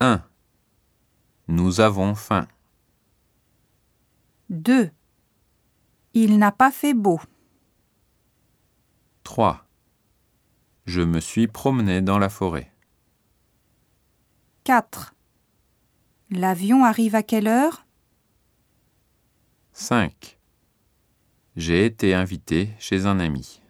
1. Nous avons faim. 2. Il n'a pas fait beau. 3. Je me suis promené dans la forêt. 4. L'avion arrive à quelle heure 5. J'ai été invité chez un ami.